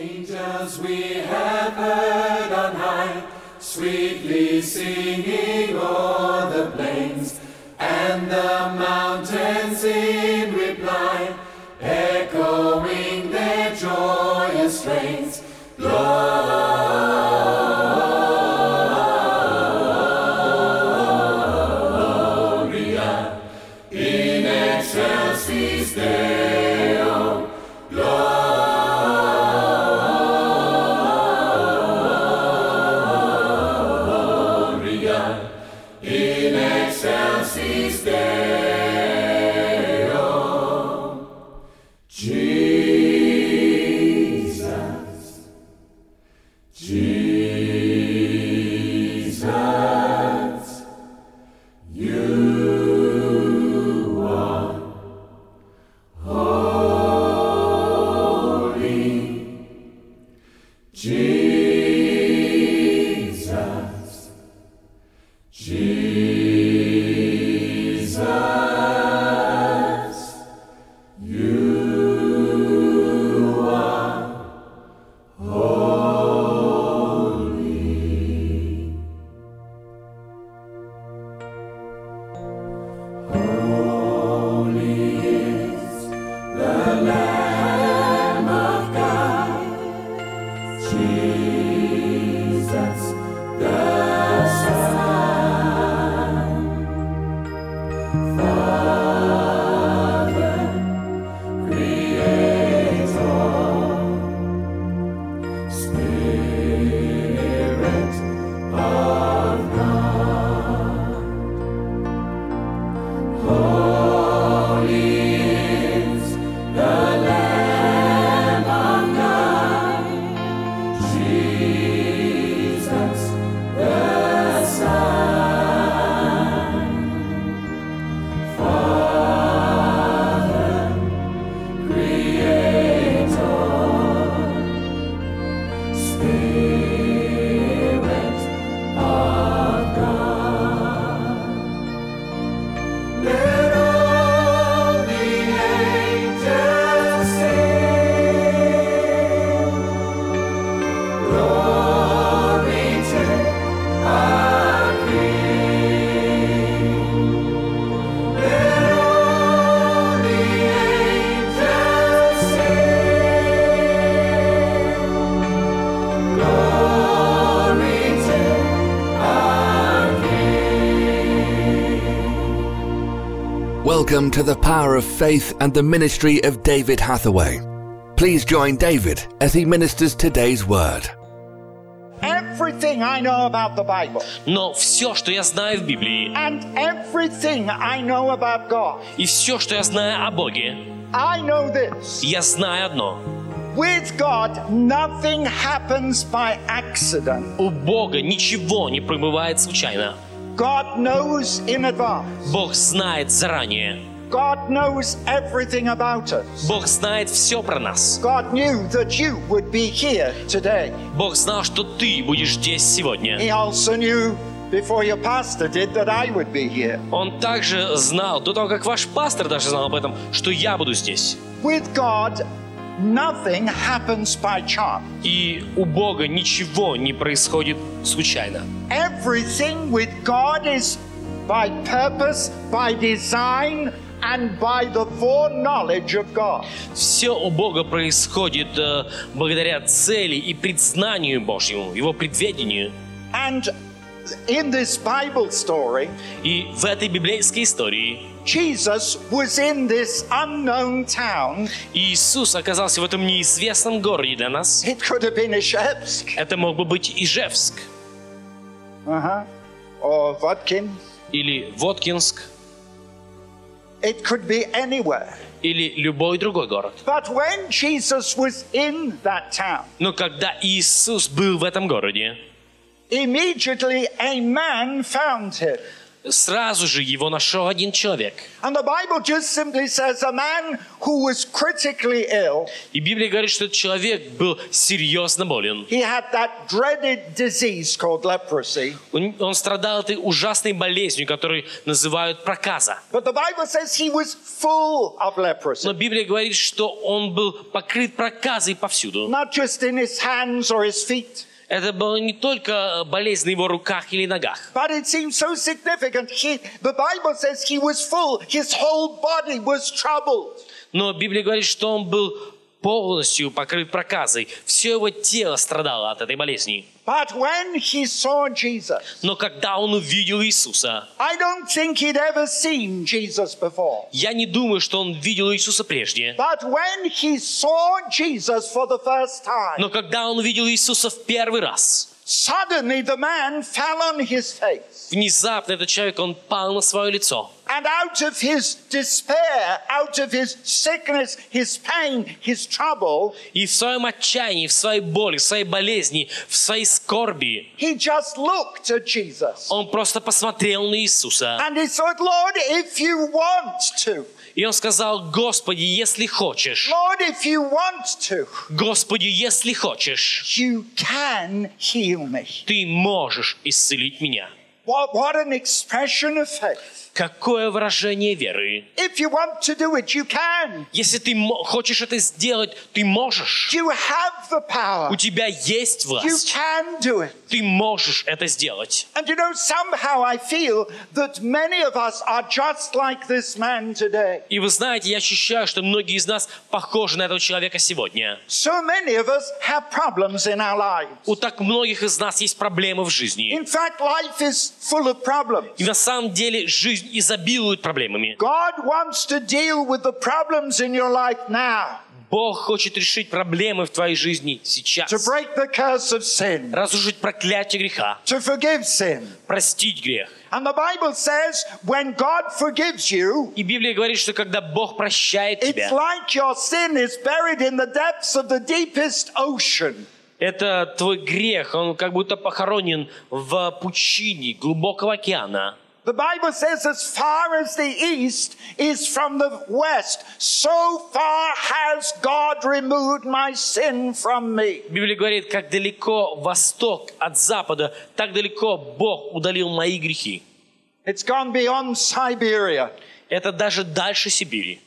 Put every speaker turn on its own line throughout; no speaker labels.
Angels we have heard on high, sweetly singing o'er the plains, and the mountains in reply, echoing their joyous strains. Gloria in excelsis Deo. Gloria in excelsis Deo. Jesus, Jesus, you are holy. Jesus, Jesus, you are holy. Holy is the Lamb of God, Jesus the Son. Father, Creator, Spirit of God, Holy is the Lamb of God, Jesus the Son, Father, Creator, Spirit of God. Let all the angels sing. Glory to our King. Let all the angels sing. Glory to our King.
Welcome to the power of faith and the ministry of David Hathaway. Please join David as he ministers today's word.
everything I know about the Bible
Но все, что я знаю в Библии,
and everything I know about God.
и все, что я знаю о Боге,
I know this
я знаю одно.
with God, nothing happens by accident.
У Бога ничего не пробывает случайно.
God knows in advance,
Бог знает заранее.
God knows everything about us.
Бог знает все про нас.
God knew that you would be here today.
Бог знал, что ты будешь здесь сегодня.
He also knew before your pastor did that I would be here.
Он также знал, до того, как ваш пастор даже знал об этом, что я буду здесь.
With God, nothing happens by chance.
И у Бога ничего не происходит случайно.
Everything with God is by purpose, by design, and by the foreknowledge of God.
Все у Бога происходит э, благодаря цели и предзнанию Божьему, Его предведению.
And in this Bible story,
И в этой библейской истории
Jesus was in this unknown town.
Иисус оказался в этом неизвестном городе для нас.
It could have been Ishevsk
Это мог бы быть Ижевск
uh-huh. or Vodkin.
или Воткинск
It could be anywhere.
или любой другой город.
But when Jesus was in that town,
Но когда Иисус был в этом городе,
immediately a man found him.
Сразу же его нашел один человек.
And the Bible just simply says a man who was critically ill,
И Библия говорит, что этот человек был серьезно болен.
he had that dreaded disease called leprosy.
Он, он страдал этой ужасной болезнью, которую называют проказа.
But the Bible says he was full of
Но
leprosy,
Библия говорит, что он был покрыт проказой повсюду.
not just in his hands or his feet.
Это была не только болезнь на его руках или ногах.
But it seems so significant. He, the Bible says he was full, his whole body was troubled.
Но Библия говорит, что он был полностью покрыт проказой. Все его тело страдало от этой болезни.
But when he saw Jesus,
Но когда он увидел Иисуса,
I don't think he'd ever seen Jesus before.
я не думаю, что он видел Иисуса прежде.
But when he saw Jesus for the first time,
Но когда он увидел Иисуса в первый раз,
suddenly the man fell on his face.
внезапно этот человек, он пал на свое лицо.
And out of his despair, out of his sickness, his pain, his trouble,
И в своем отчаянии, в своей боли, в своей болезни, в своей скорби,
he just looked at Jesus.
он просто посмотрел на Иисуса.
And he said, Lord, if you want to,
И он сказал, Господи, если хочешь,
Lord, if you want to,
Господи, если хочешь,
you can heal me.
ты можешь исцелить меня.
What, what an expression of faith.
Какое выражение веры.
If you want to do it, you can.
Если ты мо- хочешь это сделать, ты можешь.
You have the power.
У тебя есть
You
власть.
can do it.
Ты можешь это сделать.
And you know, somehow I feel that many of us are just like this man today.
И вы знаете, я ощущаю, что многие из нас похожи на этого человека сегодня.
So many of us have problems in our lives.
У так многих из нас есть проблемы в жизни.
In fact, life is full of problems.
И на самом деле жизнь изобилует проблемами.
God wants to deal with the problems in your life now
Бог хочет решить проблемы в твоей жизни
to
сейчас.
break the curse of sin,
Разрушить проклятие греха,
to forgive sin.
простить грех.
And the Bible says when God forgives you,
И Библия говорит, что когда Бог прощает тебя,
it's like your sin is buried in the depths of the deepest ocean.
это твой грех, он как будто похоронен в пучине глубокого океана.
The Bible says, as far as the east is from the west, so far has God removed my sin from me.
Библия говорит, как далеко восток от запада, так далеко Бог удалил мои грехи.
It's gone beyond Siberia,
Это даже дальше Сибири,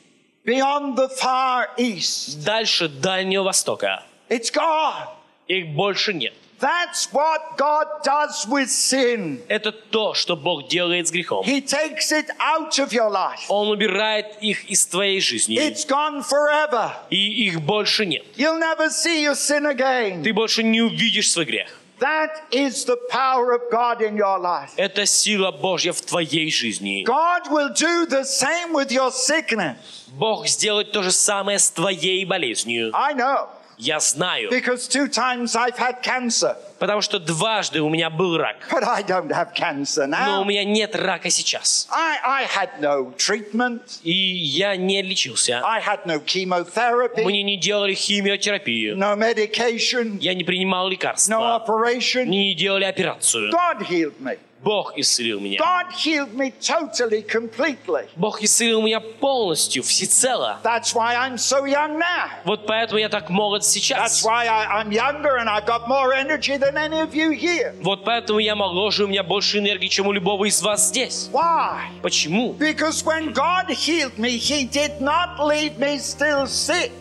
beyond the far east.
дальше Дальнего Востока.
It's gone.
Их больше нет.
That's what God does with sin.
Это то, что Бог делает с грехом.
He takes it out of your life.
Он убирает их из твоей жизни,
It's gone forever.
и их больше нет.
You'll never see your sin again.
Ты больше не увидишь свой грех.
That is the power of God in your life.
Это сила Божья в твоей жизни.
God will do the same with your sickness.
Бог сделает то же самое с твоей болезнью.
I know,
Я знаю,
because two times I've had cancer,
потому что дважды у меня был рак,
but I don't have cancer
но
now.
у меня нет рака сейчас.
I, I had no treatment,
И я не лечился.
I had no chemotherapy,
Мне не делали химиотерапию.
no medication,
Я не принимал
no
лекарства.
operation.
Мне не делали операцию.
God healed me.
Бог исцелил меня.
God healed me totally, completely.
Бог исцелил меня полностью, всецело.
That's why I'm so young now.
Вот поэтому я так молод
That's
сейчас.
why I, I'm younger and I've got more energy than any of you here.
Вот поэтому я моложе, у меня больше энергии, чем у любого из вас здесь.
Why?
Почему?
Because when God healed me, He did not leave me still sick.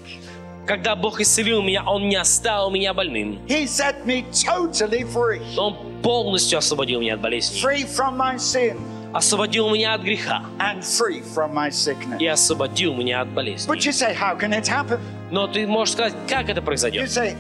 Когда Бог исцелил меня, Он не оставил меня больным.
He set me totally free.
Он полностью освободил меня от болезни.
Free from my sin
Освободил меня от греха.
and free from my sickness.
И освободил меня от болезни.
But you say, how can it happen?
Но ты можешь сказать, как это
You
произойдет?
say,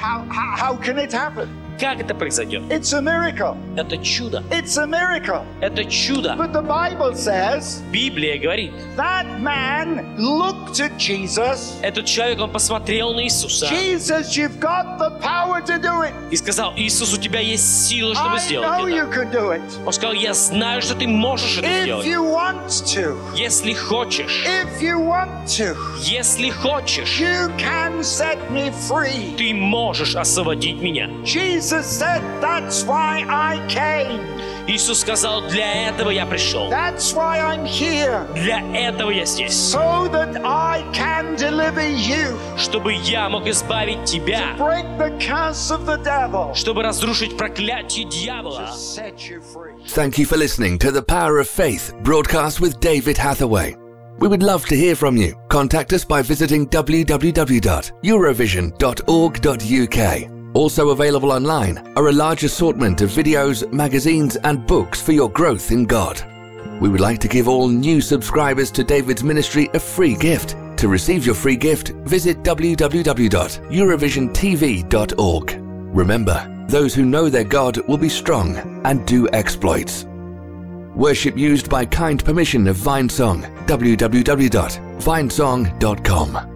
how, how, how can it happen?
Как это произойдет?
It's a miracle.
Это чудо.
It's a miracle.
Это чудо.
But the Bible says
Библия говорит.
that man looked at Jesus.
Этот человек, он посмотрел на Иисуса
Jesus, you've got the power to do it.
и сказал, Иисус, у тебя есть сила,
I
чтобы
know
сделать
you
это.
could do it.
Он сказал, я знаю, что ты можешь это
If
сделать.
you want to,
Если хочешь,
if you want to,
если хочешь,
you can set me free.
ты можешь освободить меня.
Jesus said, That's why I came.
Иисус сказал, для этого я пришел.
That's why I'm here.
Для этого я здесь.
So that I can deliver you.
Чтобы я мог избавить тебя.
Break the curse of the devil.
Чтобы разрушить проклятие дьявола.
To set you free.
Thank you for listening to The Power of Faith broadcast with David Hathaway. We would love to hear from you. Contact us by visiting www.eurovision.org.uk. Also available online are a large assortment of videos, magazines, and books for your growth in God. We would like to give all new subscribers to David's ministry a free gift. To receive your free gift, visit www.eurovisiontv.org. Remember, those who know their God will be strong and do exploits. Worship used by kind permission of Vinesong. www.vinesong.com.